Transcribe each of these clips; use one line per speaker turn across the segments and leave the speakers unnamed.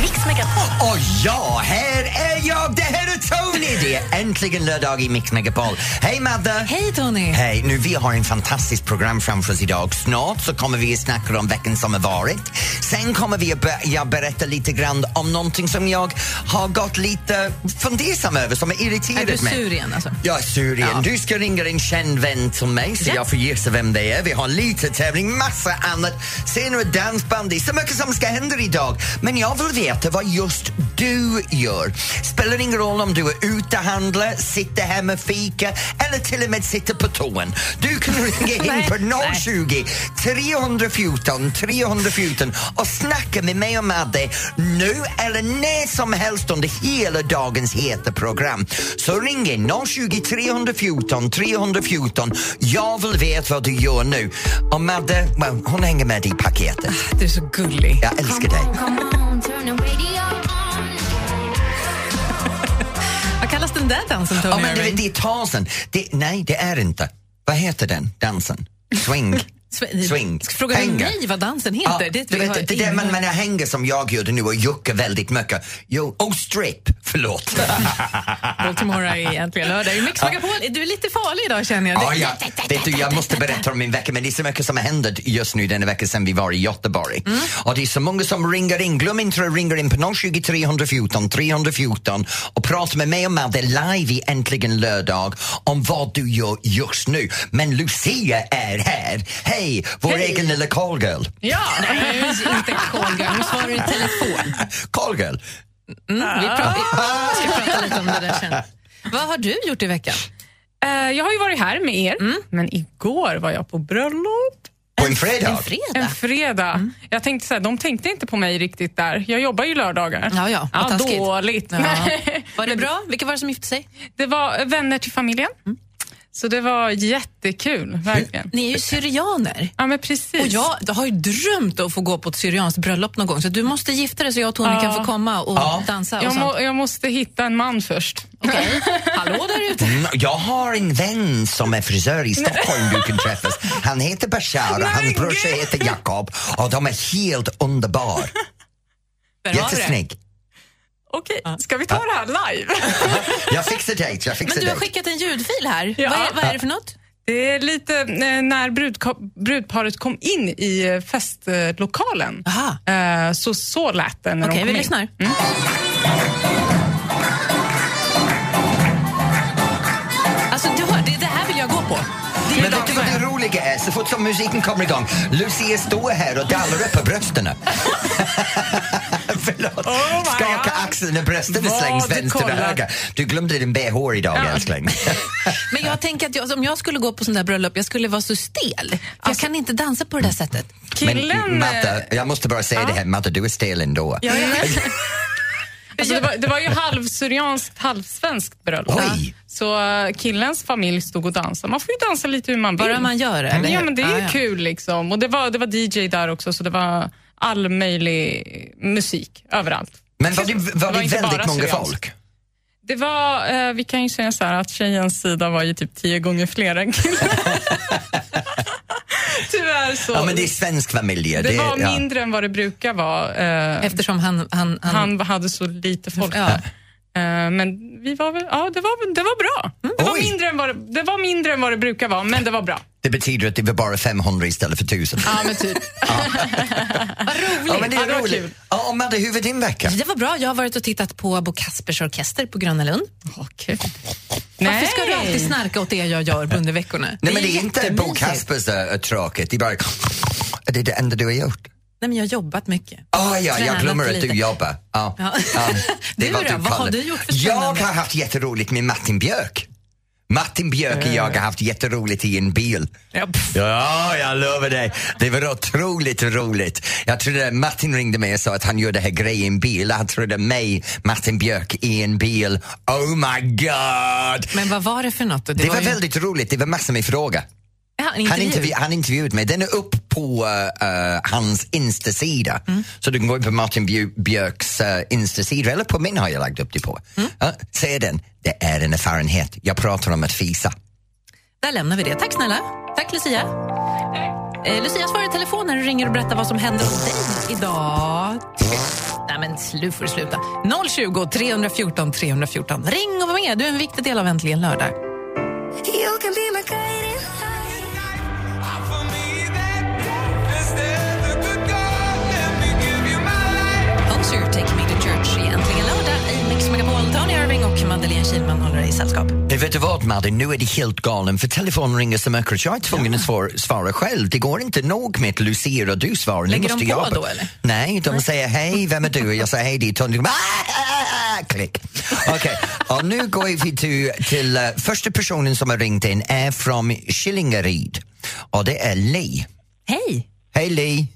Mix Megapol.
Och ja, här är jag! Det här är Tony! Det är äntligen lördag i Mix Megapol. Hej Madde!
Hej Tony!
Hej! Nu, vi har en fantastiskt program framför oss idag. Snart så kommer vi att snacka om veckan som har varit. Sen kommer vi att börja berätta lite grann om någonting som jag har gått lite fundersam över, som har irriterat
Är du
mig.
sur igen alltså?
Jag är sur igen.
Ja.
Du ska ringa en känd vän till mig så
Ja.
jag får gissa vem det är. Vi har lite tävling, massa annat. Senare dansband. Det är så mycket som ska hända idag. Men jag vill veta vad just du gör. Spelar ingen roll om du är ute och handlar, sitter hemma och fika eller till och med sitter på toan. Du kan ringa in
Nej.
på
Nej.
020 314 314 och snacka med mig och Madde nu eller när som helst under hela dagens heta program. Så ring in 020 314 314. Jag vill veta vad du gör nu. Och Madde, well, hon hänger med i paketet.
Du är så gullig.
Jag älskar dig.
Ah, Come on, turn the radio on.
Vad kallas den där dansen Tony
Ja, men det,
Irving?
det är tasen. Det, nej, det är inte. Vad heter den dansen? Swing?
Sw-
swing.
Ska fråga du
Hänga.
mig vad dansen
Ja,
heter?
Ah, du
har
vet, det där
ingen-
man, man hänger som jag gjorde nu och juckar väldigt mycket. Jo, oh, strip, förlåt.
Baltimore är egentligen lördag. I Mix Megapol, du är lite farlig idag känner jag.
ja, ja. Vet du, jag måste berätta om min vecka, men det är så mycket som har hänt just nu denna vecka sedan vi var i Göteborg. Och det är så många som ringer in. Glöm inte att ringa in på 020 314 314 och prata med mig och Madde live i Äntligen lördag om vad du gör just nu. Men Lucia är här. Hej, vår egen lilla call girl.
Ja, nej, inte call girl. Nu svarar du i telefon.
Äh, Call girl.
Mm, vi, pratar,
Ah.
vi ska prata lite om det där sen. Vad har du gjort i veckan?
Eh, jag har ju varit här med er, men igår var jag på bröllop.
På en fredag.
En fredag?
En fredag. Jag tänkte så här, de tänkte inte på mig riktigt där. Jag jobbar ju lördagar.
Ja, ja. Vad taskigt.
dåligt.
Ja. Var det bra? Vilka var det som gifte sig?
Det var eh, vänner till familjen. Så det var jättekul, verkligen.
Ni är ju syrianer.
Ja, men precis.
Och jag har ju drömt att få gå på ett syrianskt bröllop någon gång. Så du måste gifta dig så jag och Tony kan få komma och dansa och
jag,
sånt.
må, jag måste hitta en man först.
Okej. Hallå där ute.
Mm, Jag har en vän som är frisör i Stockholm du kan träffas. Han heter Bashar och hans brorsa heter Jakob och de är helt underbar.
Där har du det.
Jättesnygg.
Okej, ska vi ta det här live?
Jag fixar dejt, jag fixar
Men du har
dejt.
skickat en ljudfil här.
Ja.
Vad, är, vad är det för något?
Det är lite eh, när brudka- brudparet kom in i eh, festlokalen. Eh,
Aha.
Så så lät det när
Okej,
de
vi
kom in. Mm.
lyssnar. Alltså, du hör, det, det här vill jag gå på. Det är
Men vet
dagen
du vad
för.
det roliga är? Så fort som musiken kommer igång, Lucia står här och dallar upp på brösten. Förlåt.
Oh my
Skaka
God.
axeln när brösten
Vad
slängs
du
vänster och
kollar.
höger. Du glömde din bh idag älskling.
Men jag tänker att jag, alltså, om jag skulle gå på sån där bröllop, jag skulle vara så stel. För jag kan inte dansa på det där sättet.
Killen...
Men
eh,
Matte, jag måste bara säga det här, Matte du är stel ändå.
Ja, jag vet. alltså, det, var, det var ju halvsyrianskt, halvsvenskt bröllop.
Oj.
Så eh, killens familj stod och dansade. Man får ju dansa lite hur man vill.
Bara man gör det. eller
Ja,
hur?
men det är ju
Ja, ja.
kul liksom. Och det var, det var DJ där också, så det var all möjlig musik överallt.
Men var det, var
var
det
inte
väldigt
bara
många
syrianskt.
folk?
Det var, eh, vi kan ju säga så här att tjejens sida var ju typ tio gånger fler än killen. Tyvärr så.
Ja, men det är svensk familj.
det, var
ja.
mindre än vad det brukar vara. Eh,
Eftersom han... han, han,
han hade så lite folk
Ja.
där. Eh, Men vi var väl, ja, det, var, väl- det var bra. Det var,
Oj.
mindre än vad det, det var mindre än vad det brukar vara, men det var bra.
Det betyder att det var bara 500 istället för 1000.
Ja, men typ.
Vad roligt!
Ja, men det
Ja, det
är
var
roligt.
kul.
Ja, och Madde, hur var din vecka?
Det var bra. Jag har varit och tittat på Bo Kaspers orkester på Gröna Lund.
Okay.
Varför ska du alltid snarka åt det jag gör under veckorna?
Nej, men det är inte
jättemysigt.
Bo Kaspers äh, tråkigt. Det är bara... Det är det enda du har gjort.
Nej, men jag har jobbat mycket.
Ah, ja, jag
Tränat
glömmer att
lite.
du jobbar. Ja.
Ja.
Ja,
Du
var
då? Vad har
kallar-
du gjort för
Jag
spännande?
har haft jätteroligt med Martin Björk. Martin Björk och
Eh.
jag har haft jätteroligt i en bil.
Ja,
Ja, jag lovar dig. Det var otroligt roligt. Jag trodde Martin ringde mig och sa att han gjorde det här grejen i en bil. Han trodde mig, Martin Björk, i en bil. Oh my god!
Men vad var det för något? då?
Det var
ju-
väldigt roligt. Det var massor med frågor.
Ja, en
Han,
intervju.
intervju- han intervjuade mig. Den är upp på eh, eh, hans Insta-sida. Så du kan gå in på Martin Bju- Björks uh, Insta-sida, eller på min har jag lagt upp det på. Ja, se den. Det är en erfarenhet. Jag pratar om att fisa.
Där lämnar vi det. Tack snälla. Tack Lucia. Eh, Lucia svarar i telefon när du ringer och berättar vad som händer hos dig idag. Nej men nu får du sluta. 020 314 314. Ring och var med, du är en viktig del av Äntligen lördag.
You can be my guiding light.
Hoser, Take Me to Church i Äntligen lördag i Mix Megapol. Tony Irving och Madeleine Kilman håller dig i sällskap.
Men vet du vad Madde, nu är det helt galen för telefonen ringer så mycket så jag är tvungen att svara, svara själv. Det går inte nog med att Lucia och du svarar. Nu
Lägger de
måste
på
jag...
då, eller?
Nej, de säger hej, vem är du? Och Jag säger hej, det är Tony. Ah, ah, ah, Klick. Okej, och nu går vi till, till eh, första personen som har ringt in är från Killingaryd och det är Li.
Hej!
Hej Li!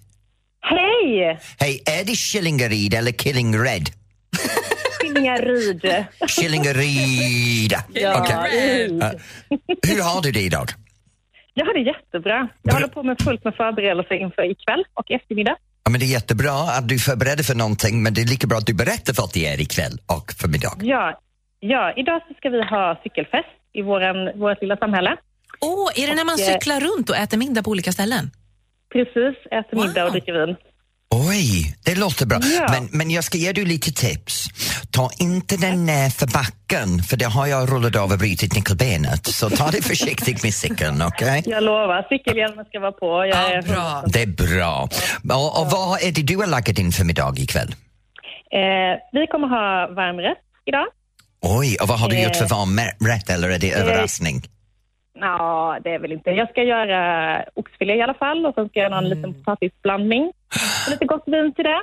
Hej!
Hej, är det Killingaryd eller Killingred?
Skillingaryd.
Killingaryd!
Ja,
Okej.
Ryd.
Hur har du det idag?
Jag har det jättebra. Jag håller på med fullt med förberedelser inför ikväll och eftermiddag.
Ja, men det är jättebra att du förbereder för någonting men det är lika bra att du berättar vad det är ikväll och förmiddag.
Ja, ja idag så ska vi ha cykelfest i våran, vårt lilla samhälle.
Åh, är det när man
Och, eh,
cyklar runt och äter middag på olika ställen?
Precis, äter middag och
Wow.
dricker vin.
Oj, det låter bra.
Ja.
Men, men jag ska ge dig lite tips. Ta inte den nerför backen för det har jag rullat av och brutit nyckelbenet. Så ta det försiktigt med cykeln, okej?
Jag lovar, cykelhjälmen ska vara på. Jag
Ja,
är,
bra.
Det är bra. Och, och vad är det du har lagat in för middag ikväll?
eh, vi kommer ha varmrätt idag.
Oj, och vad har du gjort för
Eh.
varmrätt eller är det överraskning?
Ja, det är väl inte. Jag ska göra oxfilé i alla fall och sen ska jag göra någon
Mm.
liten potatisblandning. Och lite gott vin till det.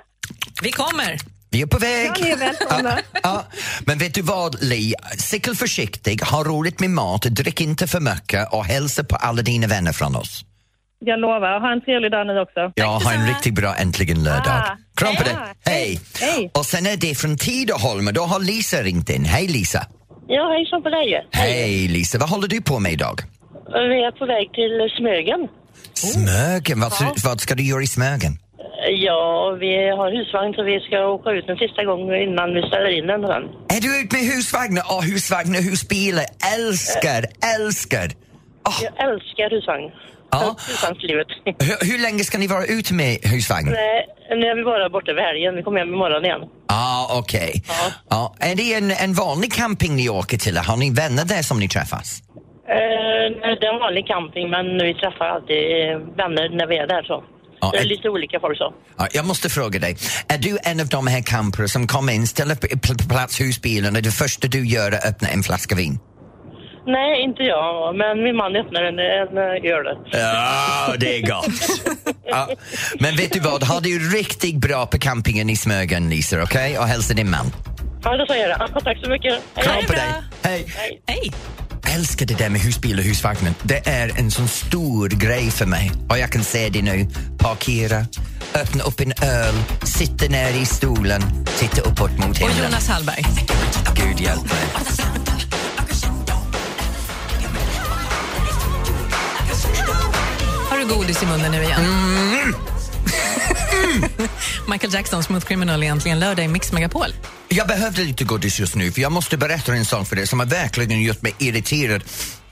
Vi kommer!
Vi är på väg!
Ja, ni är välkomna.
Ja, men vet du vad, Li? Cykel försiktig, ha roligt med mat, drick inte för mycket och hälsa på alla dina vänner från oss.
Jag lovar, ha en trevlig dag ni också.
Ja, ha en riktigt bra äntligen lördag.
Ah,
Kram på
ja,
dig. Hej.
hej, hej.
Och sen är det från Tidaholm och då har Lisa ringt in. Hej Lisa.
Ja, hejsan på dig.
Hej Lisa, vad håller du på med idag?
Vi är på väg till Smögen.
Oh.
Smögen, vad, vad ska du göra i Smögen?
Ja, vi har husvagn så vi ska åka ut den sista gången innan vi ställer in den. sen.
Är du ute med husvagnar? Åh, husvagnar, husbilar, älskar, älskar. Åh,
Jag älskar husvagn.
Ja.
Husvagnslivet.
hur, hur länge ska ni vara ute med husvagn?
Nej, nu är vi bara borta över helgen. Vi kommer hem imorgon igen.
Ja, ah, okej.
Ja.
Ja, är det en, en vanlig camping ni åker till? Har ni vänner där som ni träffas?
Eh, nej, det är en vanlig camping men vi träffar alltid eh, vänner när vi är där så.
Ja,
det är
ett-
lite olika folk så.
Ja, jag måste fråga dig, är du en av de här campers som kommer in, ställer p- p- plats husbilen och det första du gör är att öppna en flaska vin?
Nej, inte jag. Men min man öppnar en, en eh, öl.
Ja, det är gott. Ja. Men vet du vad, ha det ju riktigt bra på campingen i Smögen, Lisa, okej? Och hälsa din man.
Ja, det ska jag göra. Ja, Tack så mycket. Hej.
Kram på
bra.
dig. Hej.
Hej!
älskar det där med husbil och husvagnen. Det är en sån stor grej för mig. Och jag kan se det nu. Parkera, öppna upp en öl, sitta ner i stolen, titta uppåt mot
Och
himlen.
Jonas Hallberg.
Gud hjälp mig.
Har du godis i munnen nu igen? Mm. Michael Jackson, Smooth Criminal, egentligen lördag i Mix Megapol.
Jag behövde lite godis just nu för jag måste berätta en sak för dig som har verkligen gjort mig irriterad.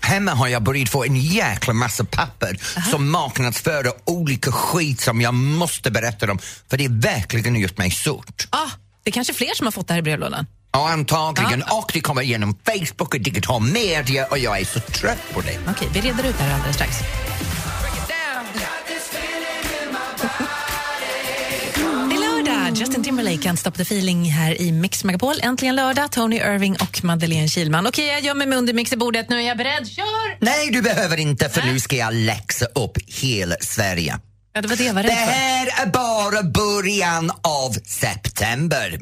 Hemma har jag börjat få en jäkla massa papper som marknadsför olika skit som jag måste berätta om för det har verkligen gjort mig surt.
Ah, det är kanske fler som har fått det här i brevlådan.
Ja, antagligen. Och det kommer genom Facebook och digital media och jag är så trött på det.
Okej, vi reder ut det här alldeles strax. Det är lördag. Justin Timberlake, Can't Stop the Feeling här i Mix Megapol. Äntligen lördag, Tony Irving och Madeleine Kilman. Okej, jag gömmer mig under mixerbordet. Nu är jag beredd. Kör!
Nej, du behöver inte för nu ska jag läxa upp hela Sverige.
Ja, det var det jag var
Det
rädd för.
här är bara början av september.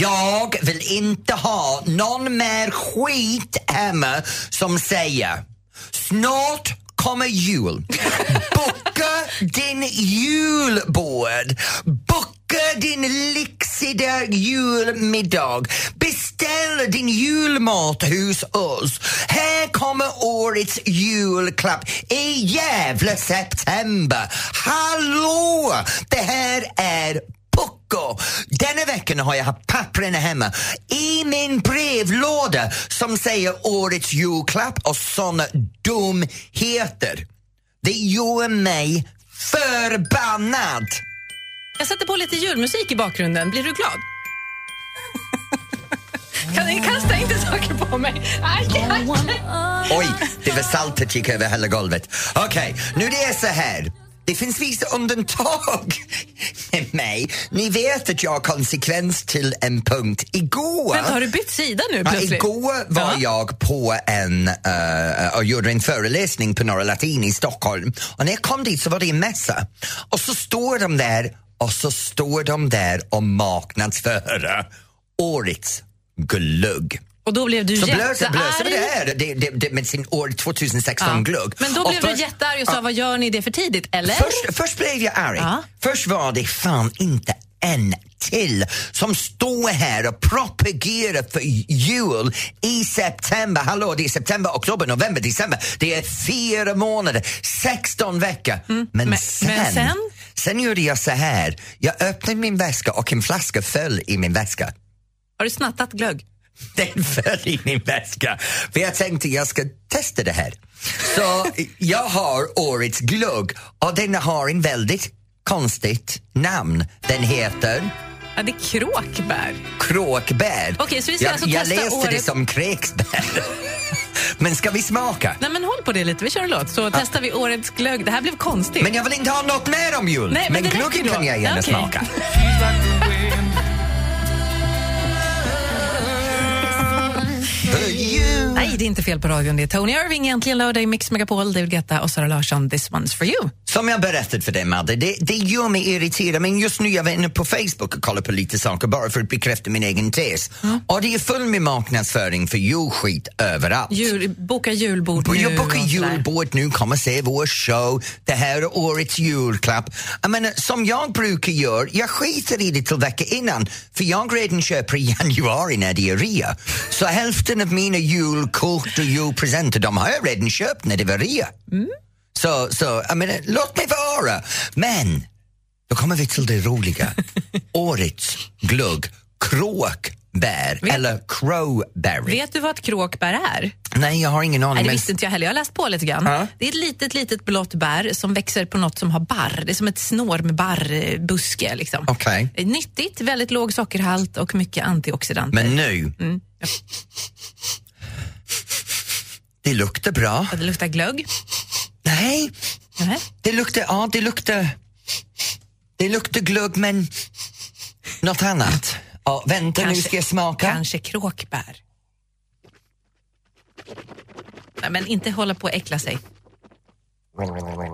Jag vill inte ha någon mer skit hemma som säger snart kommer jul. Boka din julbord. Boka din lyxiga julmiddag. Beställ din julmat hos oss. Här kommer årets julklapp i jävla september. Hallå! Det här är Pucko. Denna veckan har jag haft pappren hemma i min brevlåda som säger årets julklapp och såna dumheter. Det gör mig Förbannad!
Jag sätter på lite julmusik i bakgrunden. Blir du glad? kan ni kasta inte saker på mig? Aj, aj, aj.
Oj, det var saltet gick över hela golvet. Okej, nu det är så här. Det finns vissa undantag med mig. Ni vet att jag har konsekvens till en punkt. Igår...
Vänta, har du bytt sida nu
Ja,
plötsligt?
igår var
Ja.
jag på en eh, och gjorde en föreläsning på Norra Latin i Stockholm. Och när jag kom dit så var det en mässa. Och så står de där och så står de där och marknadsför årets glögg.
Och då blev du
Så blöser
jättearg. Mm.
blöser vi det här det, det, det, med sin år 2016-glögg.
Men då
Och
blev
för-
du jättearg och sa, vad gör ni det för tidigt? Eller?
Först, först blev jag arg.
Ja.
Först var det fan inte en till som står här och propagerar för jul i september. Hallå, det är september, oktober, november, december. Det är fyra månader, 16 veckor. Men,
Mm. men-
sen,
men sen?
sen gjorde jag så här. Jag öppnade min väska och en flaska föll i min väska
Har du snattat glögg?
den föll i min väska. För jag tänkte jag ska testa det här. Så jag har årets glögg och den har en väldigt konstigt namn. Den heter
Ja, det är kråkbär.
kråkbär.
Okej, så vi ska
jag,
alltså
jag
testa
läste det
årets-
som kräksbär. Men ska vi smaka?
Nej, men håll på det lite. Vi kör en låt, så testar vi årets glögg. Det här blev konstigt.
Men jag vill inte ha något mer om jul.
Nej, men det räcker
glöggen
då.
kan jag gärna
Okej.
smaka. För jul.
Nej, det är inte fel på radion. Det är Tony Irving, äntligen lördag i Mix Megapol. David Guetta och Sara Larsson, This one's for you.
Som jag berättat för dig Madde, det, det gör mig irriterad men just nu jag var inne på Facebook och kollade på lite saker bara för att bekräfta min egen tes. Och det är full med marknadsföring för julskit överallt.
Jul, boka julbord nu.
jag bokar
och sådär.
julbord nu, kom och se vår show. Det här är årets julklapp. Jag menar, som jag brukar göra, jag skiter i det till veckan innan för jag redan köper i januari när det är rea. Så hälften av mina julkort och julpresenter de har jag redan köpt när det var rea.
Mm.
Så, så jag menar, låt mig vara. Men då kommer vi till det roliga. årets glögg, kråkbär
Vet-
eller crowberry.
Vet du vad ett kråkbär är?
Nej, jag har ingen aning.
Nej, det
men-
visste inte jag heller. Jag har läst på lite grann.
Ja.
Det är ett litet, litet blått bär som växer på något som har barr. Det är som ett snår med barrbuske. Liksom.
Okej.
Eh, Nyttigt, väldigt låg sockerhalt och mycket antioxidanter.
Men
Mm.
nu... Mm. Det luktar bra.
Det luktar glögg.
Nej,
Nej.
det luktar... Ja, det luktar... Det luktar glögg, men något annat. Ja, vänta, nu
Kanske-
ska jag smaka.
Kanske kråkbär. Nej, men inte hålla på och äckla sig.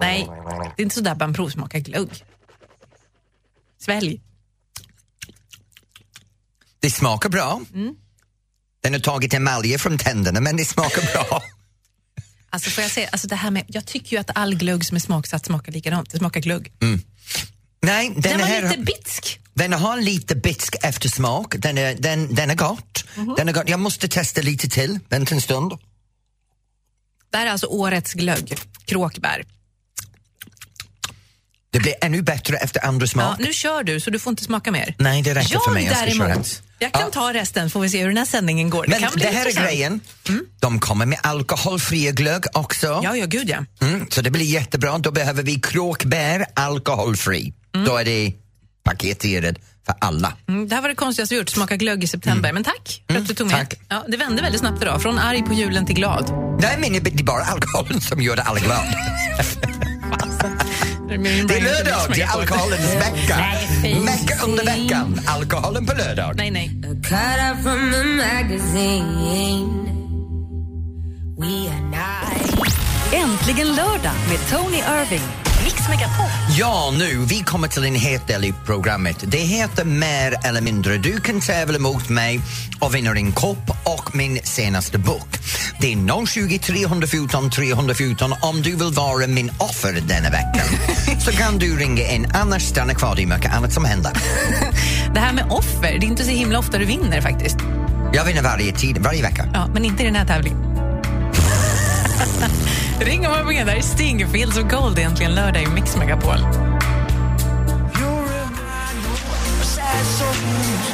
Nej, det är inte så där man provsmakar glögg. Svälj.
Det smakar bra.
Mm.
Den har tagit emaljer från tänderna, men det smakar bra.
Alltså får jag säga, alltså det här med, jag tycker ju att all glögg som är smaksatt smakar likadant. Det smakar glögg.
Nej, Mm. den,
Den,
här...
var lite bitsk.
Den har lite bitsk eftersmak. Den är, den, den är gott.
Mhm.
Den är gott. Jag måste testa lite till. Vänta en stund.
Det här är alltså årets glögg, kråkbär.
Det blir ännu bättre efter andra
Ja,
smak.
nu kör du, så du får inte smaka mer.
Nej, det räcker
jag
för mig. Jag ska köra hem.
däremot, jag kan
Ja.
ta resten får vi se hur den här sändningen går.
Men
det kan
det,
bli
här är
intressant. Mm.
grejen. De kommer med alkoholfria glögg också.
Ja, ja, gud ja.
Mm, så det blir jättebra. Då behöver vi kråkbär alkoholfri. Då är det paketerad för alla.
Mm, det här var det konstigaste vi gjort, smaka glögg i september. Men tack för att du tog med.
Mm. tack.
Ja, det vände väldigt snabbt idag, från arg på julen till glad.
Nej, men det är bara alkoholen som gör det alla glada. Det är lördag, det är alkoholens vecka. Vecka under veckan. Alkoholen på lördag.
Nej, nej.
Cut out from the magazine. We are not.
Äntligen lördag med Tony Irving. Mix Megapol.
Ja, nu, vi kommer till en het del i programmet. Det heter Mer eller mindre. Du kan tävla mot mig och vinna en kopp och min senaste bok. Det är 020 314 314 om du vill vara min offer denna veckan. så kan du ringa in, annars stanna kvar. Det är mycket annat som händer.
Det här med offer, det är inte så himla ofta du vinner faktiskt.
Jag vinner varje tid, varje vecka.
Ja, men inte i den här tävlingen. Ring om jag med. Där är Sting, Fields of Gold, egentligen lördag i Mix Megapol.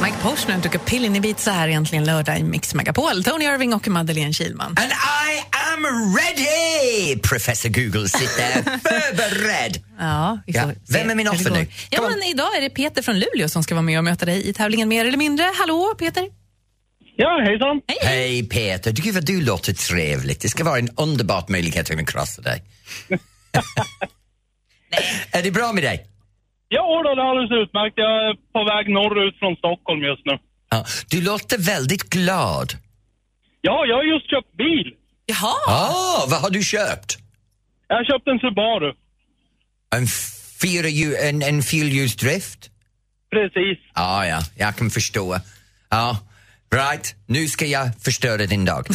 Mike Posner tog upp pillen i bit så här egentligen lördag i Mix Megapol. Tony Irving och Madeleine Kilman.
And I am ready! Professor Google sitter förberedd.
Ja, vi får
Ja,
se
vem är min
hur det
offer
går.
nu?
Ja,
Kom
men idag är det Peter från Luleå som ska vara med och möta dig i tävlingen Mer eller mindre. Hallå Peter!
Ja, hejsan.
Hej Peter, gud vad du låter trevligt. Det ska vara en underbar möjlighet att kunna krossa dig. Är det bra med dig?
Ja, då, det är alldeles utmärkt. Jag är på väg norrut från Stockholm just nu.
Ja, du låter väldigt glad.
Ja, jag har just köpt bil.
Jaha!
Ah, vad har du köpt?
Jag har köpt en Subaru.
En, fyra hjul, en, en fyrhjulsdrift?
Precis.
Ah, ja, jag kan förstå. Ja, right. Nu ska jag förstöra din dag.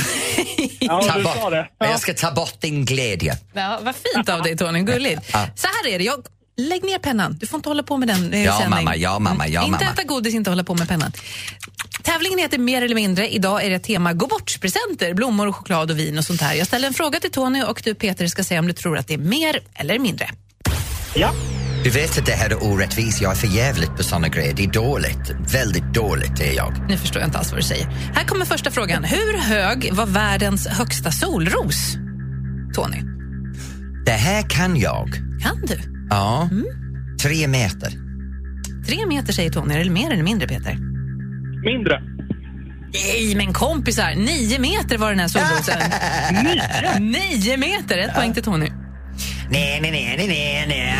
Ja,
Ta
du
bort-
sa det.
Jag ska ta bort din glädje.
Ja, vad fint av dig Tony, gulligt. Så här är det, jag, lägg ner pennan. Du får inte hålla på med den. eh,
Ja,
sändning.
mamma, ja, mamma, ja,
inte
mamma.
äta godis, inte hålla på med pennan. Tävlingen heter Mer eller mindre. Idag är det tema gå bort-presenter, blommor, och choklad och vin och sånt här. Jag ställer en fråga till Tony och du Peter ska säga om du tror att det är mer eller mindre.
Ja.
Du vet att det här är orättvist. Jag är för jävligt på såna grejer. Det är dåligt. Väldigt dåligt är jag.
Nu förstår jag inte alls vad du säger. Här kommer första frågan. Hur hög var världens högsta solros? Tony,
Det här kan jag.
kan du?
Ja. Tre meter.
Tre meter säger Tony, eller mer eller mindre Peter?
Mindre.
Nej, men kompisar, nio meter var den här solrosen. nio meter! Ett poäng till Tony.
Nej, nej, nej, nej, nej, nej.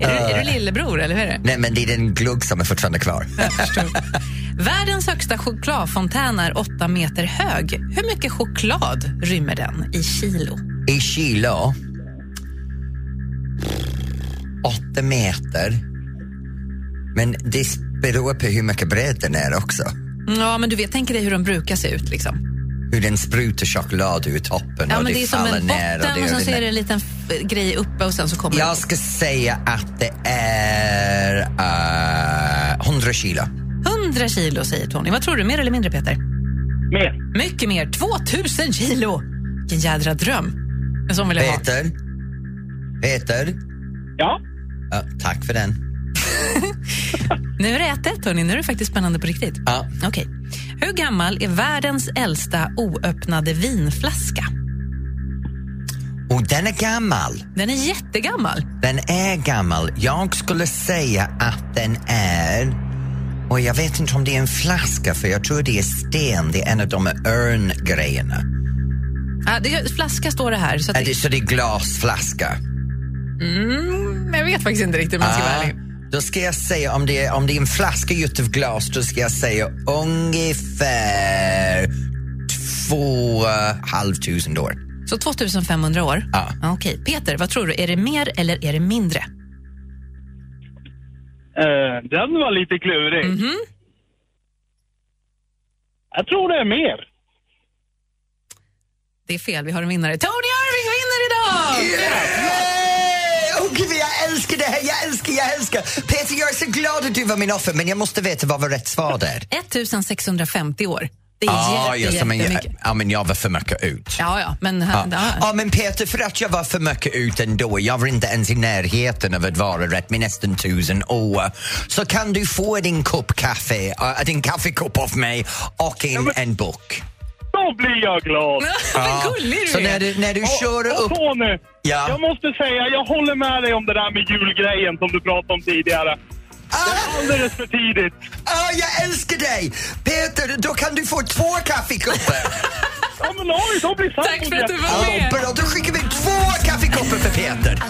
Är, du, är du lillebror, eller hur är det?
Nej, men det är den glugg som är fortfarande kvar.
Världens högsta chokladfontän är åtta meter hög. Hur mycket choklad rymmer den i kilo?
I kilo. Åtta meter. Men det beror på hur mycket bredd den är också.
Ja, men du vet, tänk dig hur de brukar se ut. Liksom.
Hur den sprutar choklad ur toppen
Ja, men
och det,
det är som
faller
en
ner.
botten och sen så
rinner.
är det en liten f- grej uppe och sen så kommer
Jag ska säga att det är eh, 100 kilo.
det. 100 kilo, säger Tony. Vad tror du, mer eller mindre, Peter?
Mer.
Mycket mer, 2000 kilo! Vilken jädra dröm. En sån vill jag ha.
Peter? Peter?
Ja.
Ja, tack för den.
Nu är det ett, ett hörni. Nu är det faktiskt spännande på riktigt.
Ja.
Okej. Hur gammal är världens äldsta oöppnade vinflaska?
Och den är gammal.
Den är jättegammal.
Den är gammal. Jag skulle säga att den är... Och jag vet inte om det är en flaska, för jag tror det är sten. Det är en av de örngrejerna.
Ah, det, flaska står det här. Så att
Är det, så det är glasflaska?
Mm, jag vet faktiskt inte riktigt om jag ska vara
Ja.
ärlig.
Ah. Då ska jag säga, om det, är, om det är en flaska gjord av glas, då ska jag säga ungefär två eh, halvtusen år.
Så 2500 år?
Ja.
Okej. Peter, vad tror du? Är det mer eller är det mindre?
Eh, den var lite klurig.
Mhm.
Jag tror det är mer.
Det är fel. Vi har en vinnare. Tony Irving vinner idag!
Yay! Åh gud, jag älskar det här, jag älskar, jag älskar. Peter, jag är så glad att du var min offer, men jag måste veta vad var rätt svar där.
1650 år. Det är jätte,
just det, men jag-
jättemycket.
Ah, ja, men jag var för mycket ut.
Ja, ja, men... här-
Ja.
ja.
ja, men Peter, för att jag var för mycket ut ändå, jag var inte ens i närheten av att vara rätt med nästan tusen år, så kan du få din kopp kaffe, äh, din kaffekopp av mig och en, en bok.
Då blir jag glad.
Vad gullig du
Så
är.
när du, när du kör
och,
upp...
och Tony,
Ja.
jag måste säga, jag håller med dig om det där med julgrejen som du pratade om tidigare. Det är alldeles för tidigt.
Ah, jag älskar dig! Peter, då kan du få två kaffekoppar.
Ja, men oj, då blir
Tack för att du var
Ja,
med.
bra, då skickar vi två kaffekoppar för Peter.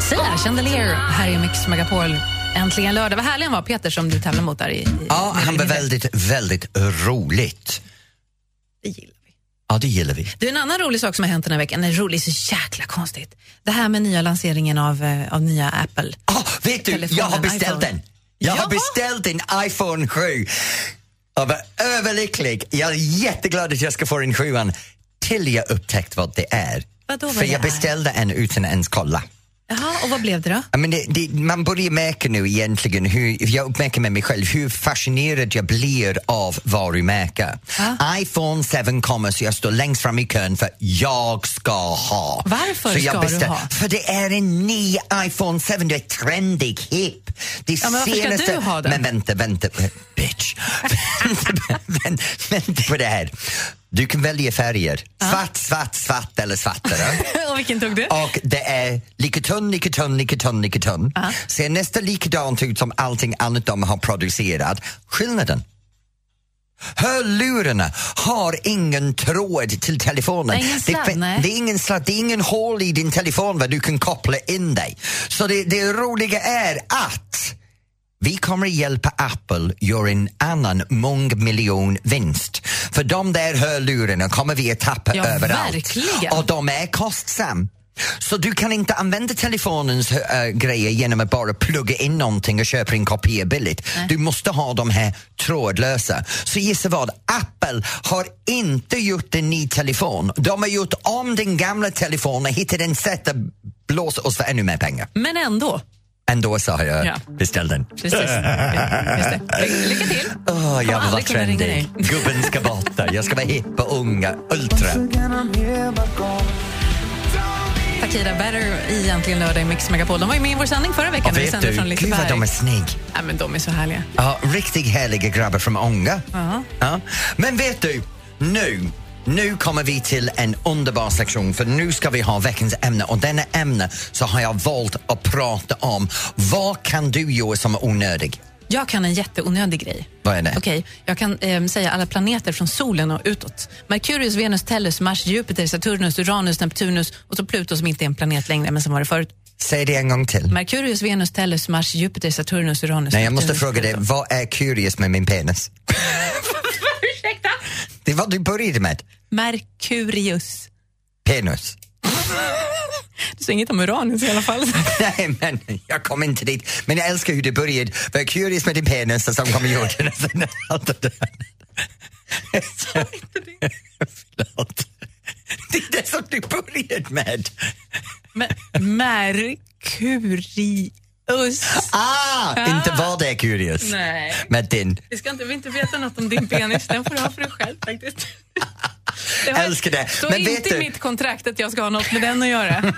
Sia, Chandelier, här är Mix Megapol. Äntligen lördag. Vad härlig han var, Peter, som du tävlar mot där. I, i,
Ja, han var
i-
väldigt, väldigt roligt.
Det gillar vi.
Ja, det gillar vi.
Du, en annan rolig sak som har hänt den här veckan, en rolig, så jäkla konstigt. Det här med nya lanseringen av, eh, av nya Apple.
Ah, vet du,
Telefonen,
jag har beställt
iPhone.
den. Jag
Jaha.
har beställt en iPhone 7. Jag var överlycklig. Jag är jätteglad att jag ska få en 7 till jag upptäckt vad det är.
Vadå vad
För
det
jag
är?
beställde en utan att ens kolla.
Jaha, och vad blev det då?
Ja, men det, det, man börjar märka nu egentligen, hur, jag uppmärker med mig själv hur fascinerad jag blir av varumärke. iPhone 7 kommer så jag står längst fram i kön för jag ska ha.
Varför
så jag
ska du
bestäm-
ha?
För det är en ny iPhone 7, det är trendig, hip. Det
men varför ska du ha den?
Men vänta, vänta, eh, bitch. vänta, vänta, vänta på det här. Du kan välja färger. Svart, svart, svart eller svartare.
och vilken tog du?
Och det är likatunn, likatunn, likatunn, likatunn. Ser nästan likadant ut som allting annat de har producerat. Skillnaden? Hörlurarna har ingen tråd till telefonen.
Nej, ingen sladd,
det, fin-
nej.
det är ingen sladd, det är ingen hål i din telefon där du kan koppla in dig. Så det, det roliga är att vi kommer att hjälpa Apple göra en annan mångmiljonvinst. För de där hörlurarna kommer vi att tappa
Ja,
överallt.
verkligen.
Och de är kostsam. Så du kan inte använda telefonens eh, grejer genom att bara plugga in någonting och köpa en kopia billigt. Du måste ha de här trådlösa. Så gissa vad, Apple har inte gjort en ny telefon. De har gjort om den gamla telefonen och hittat en sätt att blåsa oss för ännu mer pengar.
Men ändå.
Ändå sa jag,
Ja.
beställ den.
Precis. Just det. Ly- Lycka till.
Åh, jag vill vara
aldrig kunna ringa
trendig. Gubben ska borta. Jag ska vara hipp och unga. Ultra.
Takida Better i Äntligen lördag i Mix Megapol. De var ju med i vår sändning förra veckan
Och
när vi
vet
sände
du,
från
gud vad
Liseberg.
de är snygg.
ja, men de är så härliga.
Ja, riktigt härliga grabbar från Ånge.
Ja.
Ja. Men vet du, nu, nu kommer vi till en underbar sektion för nu ska vi ha veckans ämne och denna ämne så har jag valt att prata om vad kan du göra som är onödig?
Jag kan en jätteonödig grej.
Vad är det?
Okej, jag kan ehm, säga alla planeter från solen och utåt. Merkurius, Venus, Tellus, Mars, Jupiter, Saturnus, Uranus, Neptunus och så Pluto som inte är en planet längre men som var det förut.
Säg det en gång till.
Merkurius, Venus, Tellus, Mars, Jupiter, Saturnus, Uranus,
Nej, jag måste
Neptunus,
fråga dig,
Pluto.
vad är curious med min penis? Ursäkta? Det var du började med.
Merkurius.
Penis.
Du säger inget om Uranus i alla fall.
Nej, men jag kom inte dit. Men jag älskar hur det började. Var curious med din penis och sen kommer jorden och sen allt det där. Jag sa inte det. Förlåt. Det är det som du började med.
Men- Merkurius.
Ah, inte var det curious.
Nej.
Med din.
Vi ska inte, vi inte veta något om din penis, den får du ha för dig själv faktiskt. Det har-
Älskar det.
står
Men
inte
vet
i
du-
mitt kontrakt att jag ska ha något med den att göra.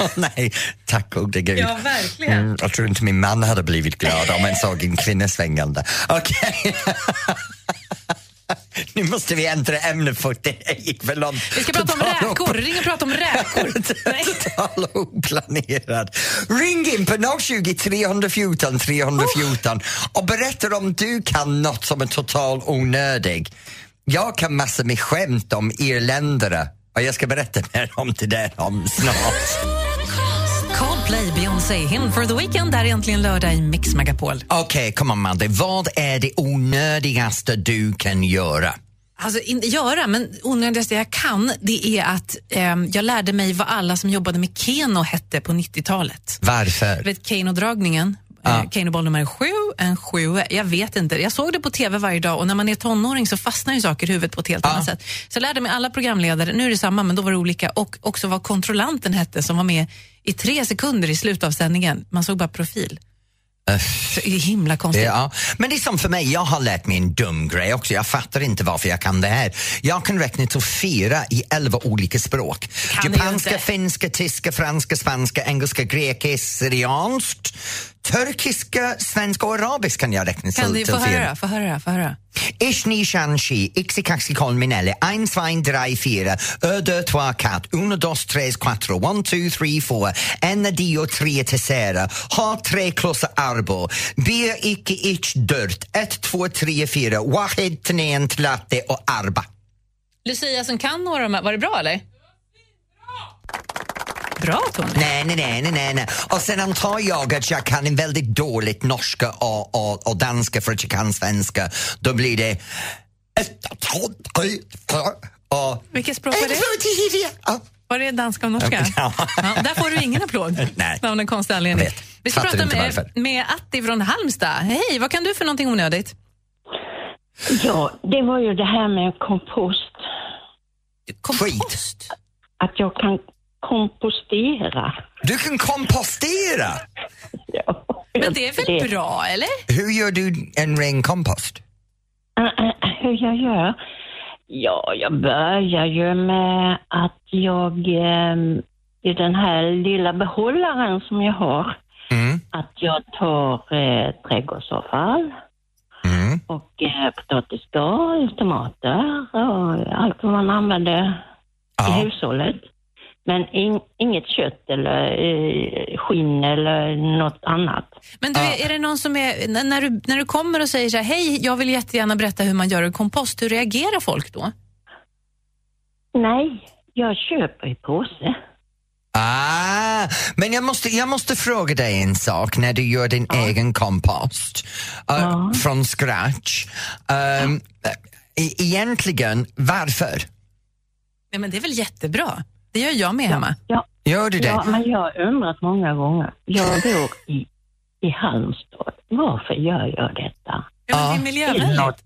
Åh, nej, tack gode gud.
Ja, verkligen.
Mm, jag tror inte min man hade blivit glad om han såg en kvinna svängande. Okej. nu måste vi ändra ämne för det gick för långt.
Vi ska prata om
På tal
räkor, ring och prata om räkor. Nej.
Total oplanerad. Ring in på 020 314 314 och berätta om du kan något som är total onödig. Jag kan massor med skämt om irländare och jag ska berätta mer om det där om snart.
Coldplay, Beyoncé, Him for the Weekend, där är äntligen lördag i Mix Megapol.
Okej, kom on Madde. Vad är det onödigaste du kan göra?
Alltså, inte göra, men onödigaste jag kan, det är att ehm, jag lärde mig vad alla som jobbade med Keno hette på 90-talet.
Varför?
Du vet Keno-dragningen? Ah. Keno-boll nummer sju, en sjua. Jag vet inte. Jag såg det på tv varje dag och när man är tonåring så fastnar ju saker i huvudet på ett helt annat sätt. Så jag lärde mig alla programledare, nu är det samma men då var det olika, och också vad kontrollanten hette som var med i tre sekunder i slutet av sändningen. Man såg bara profil. Så det är himla konstigt.
Ja. Men det är som för mig, jag har lärt mig en dum grej också. Jag fattar inte varför jag kan det här. Jag kan räkna till fyra i elva olika språk.
Kan du
Japanska,
inte.
finska, tyska, franska, spanska, engelska, grekiskt, syrianskt, turkiska, svenska och arabisk kan jag räkna
Kan
till,
du
till
få
fyra.
höra, få höra, få höra.
Ich ni shan shi, ixi kaxi kol minelle, ein, zwei, drei, vier, ö, dö, tva, kat, uno, dos, tres, quattro, one, two, three, four, ena, dio, tre, tessera, ha, tre, klossa, arbo, bir, icke, ich, dirt, ett, två, tre, fyra, wahid, tnen, tlatte och arba.
Lucia som kan några av de här, var det bra eller? Bra Tony.
Nej, nej, nej, nej, nej, nej. Och sen antar jag att jag kan en väldigt dåligt norska och, och, och danska för att jag kan svenska. Då blir det ett, två, tre, fyra, och...
Vilket språk var
En,
det?
två, tre, fyra, och-
Var det danska och norska?
Ja.
där får du ingen applåd
Nej.
av någon konstig anledning.
Jag vet.
Vi ska
Fattar
prata
inte
med,
varför.
med Atti från Halmstad. Hej, vad kan du för någonting onödigt?
Ja, det var ju det här med kompost.
Skit.
Att jag kan kompostera.
Du kan kompostera!
Men det är väl bra, eller?
Hur gör du en ren kompost?
Äh, äh, Hur jag gör? Ja, jag börjar ju med att jag ehm, i den här lilla behållaren som jag har,
Mm,
att jag tar eh, trädgårdsavfall
mm,
och eh, potatisskal, tomater och allt vad man använder i hushållet. Men in, inget kött eller eh, skinn eller något annat.
Men du, är det någon som är, när- när du, när du kommer och säger så här, hej, jag vill jättegärna berätta hur man gör en kompost, hur reagerar folk då?
Nej, jag köper i påse.
Ah, men jag måste, jag måste fråga dig en sak när du gör din egen kompost eh, från scratch. Um, e- egentligen, varför?
Nej, men det är väl jättebra? Det gör jag med hemma.
Ja,
Gör du det?
ja, men jag har undrat många gånger. Jag bor i, i Halmstad. Varför gör jag detta?
Ja, men det är miljövänligt.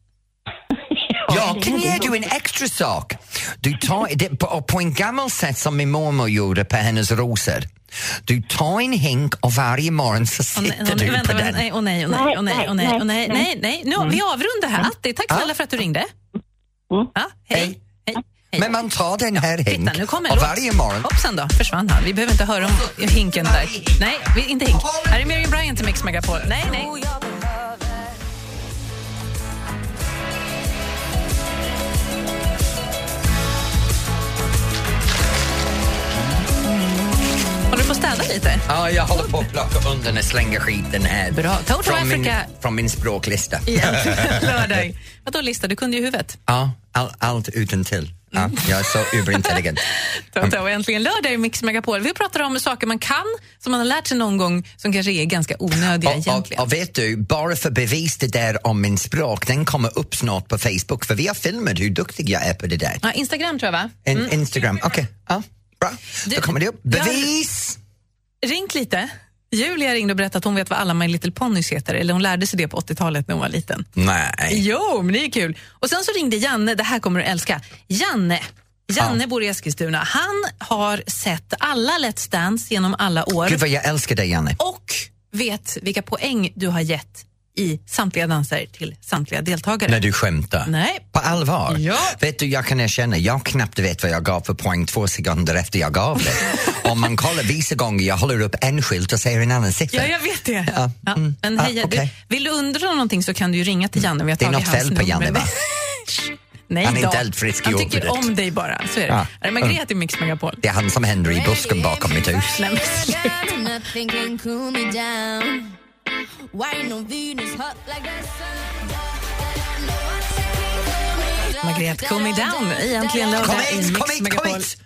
Ja, kan jag ge dig en extra sak? Du tar, det, på, på en gammal sätt som min mormor gjorde på hennes rosor. Du tar en hink och varje morgon så
Åh, nej,
sitter
åh, nej,
du på
vänta,
den.
vänta, nej, åh nej, åh nej, åh nej, åh nej, åh nej, Mm. nej, nej, nu, vi avrundar här. Atti, tack snälla för att du ringde. Ja, Mm. hej.
Men man tar den här hink
Titta, nu kommer en
och
låt.
varje morgon...
Hoppsan då, försvann han. Vi behöver inte höra om hinken där. Nej, vi- inte hink. Här är Miriam Bryant till Mix Megapol. Nej, nej. Håller du på att städa lite?
Ja, jag håller på att plocka undan och slänga skiten här.
Bra. Total
från, min,
Africa.
från min språklista.
Lördag. Vadå lista? Du kunde ju huvudet.
Ja, all, allt utan till. Ja,
Mm.
jag är så uberintelligent.
Toto och äntligen lördag i Mix Megapol. Vi pratar om saker man kan, som man har lärt sig någon gång, som kanske är ganska onödiga
Och,
egentligen.
och, och vet du, bara för bevis det där om min språk, den kommer upp snart på Facebook för vi har filmat hur duktig jag är på det där.
Ja, Instagram tror jag va?
In, Instagram, okej. Ja, bra. Då kommer det upp.
jag har-
Bevis!
Ringt lite. Julia ringde och berättade att hon vet vad alla My Little Ponys heter, eller hon lärde sig det på 80-talet när hon var liten.
Nej.
Jo, men det är kul. Och sen så ringde Janne, det här kommer du älska. Janne. Janne bor i Eskilstuna. Han har sett alla Let's Dance genom alla år
Gud vad jag älskar dig, Janne.
och vet vilka poäng du har gett i samtliga danser till samtliga deltagare.
När du skämtar.
Nej.
På allvar?
Ja.
Vet du, jag kan erkänna, jag knappt vet vad jag gav för poäng två sekunder efter jag gav det. Om man kollar vissa gånger jag håller upp en skylt och säger en annan siffra.
Ja, jag vet det.
Ja,
Ja.
mm.
Men
Ja,
heja,
okej. Mm.
du, vill du undra någonting så kan du ju ringa till Janne. Vi har
Det är
tagit
något
hans
fel på Janne,
nummer.
va?
Nej,
Han är
då.
inte helt frisk i
Han tycker
huvudet.
om dig bara. Så är det.
Ja. Mm.
Är det Margrethe i Mix Megapol?
Det är han som händer i busken bakom mitt hus.
Nej, men sluta.
Nothing can cool me down. Why ain't no Venus hot like that sun?
Margrethe, cool me down. Egentligen
Kom
lördag i
hit, kom
Mix
hit, kom
Megapol.
hit!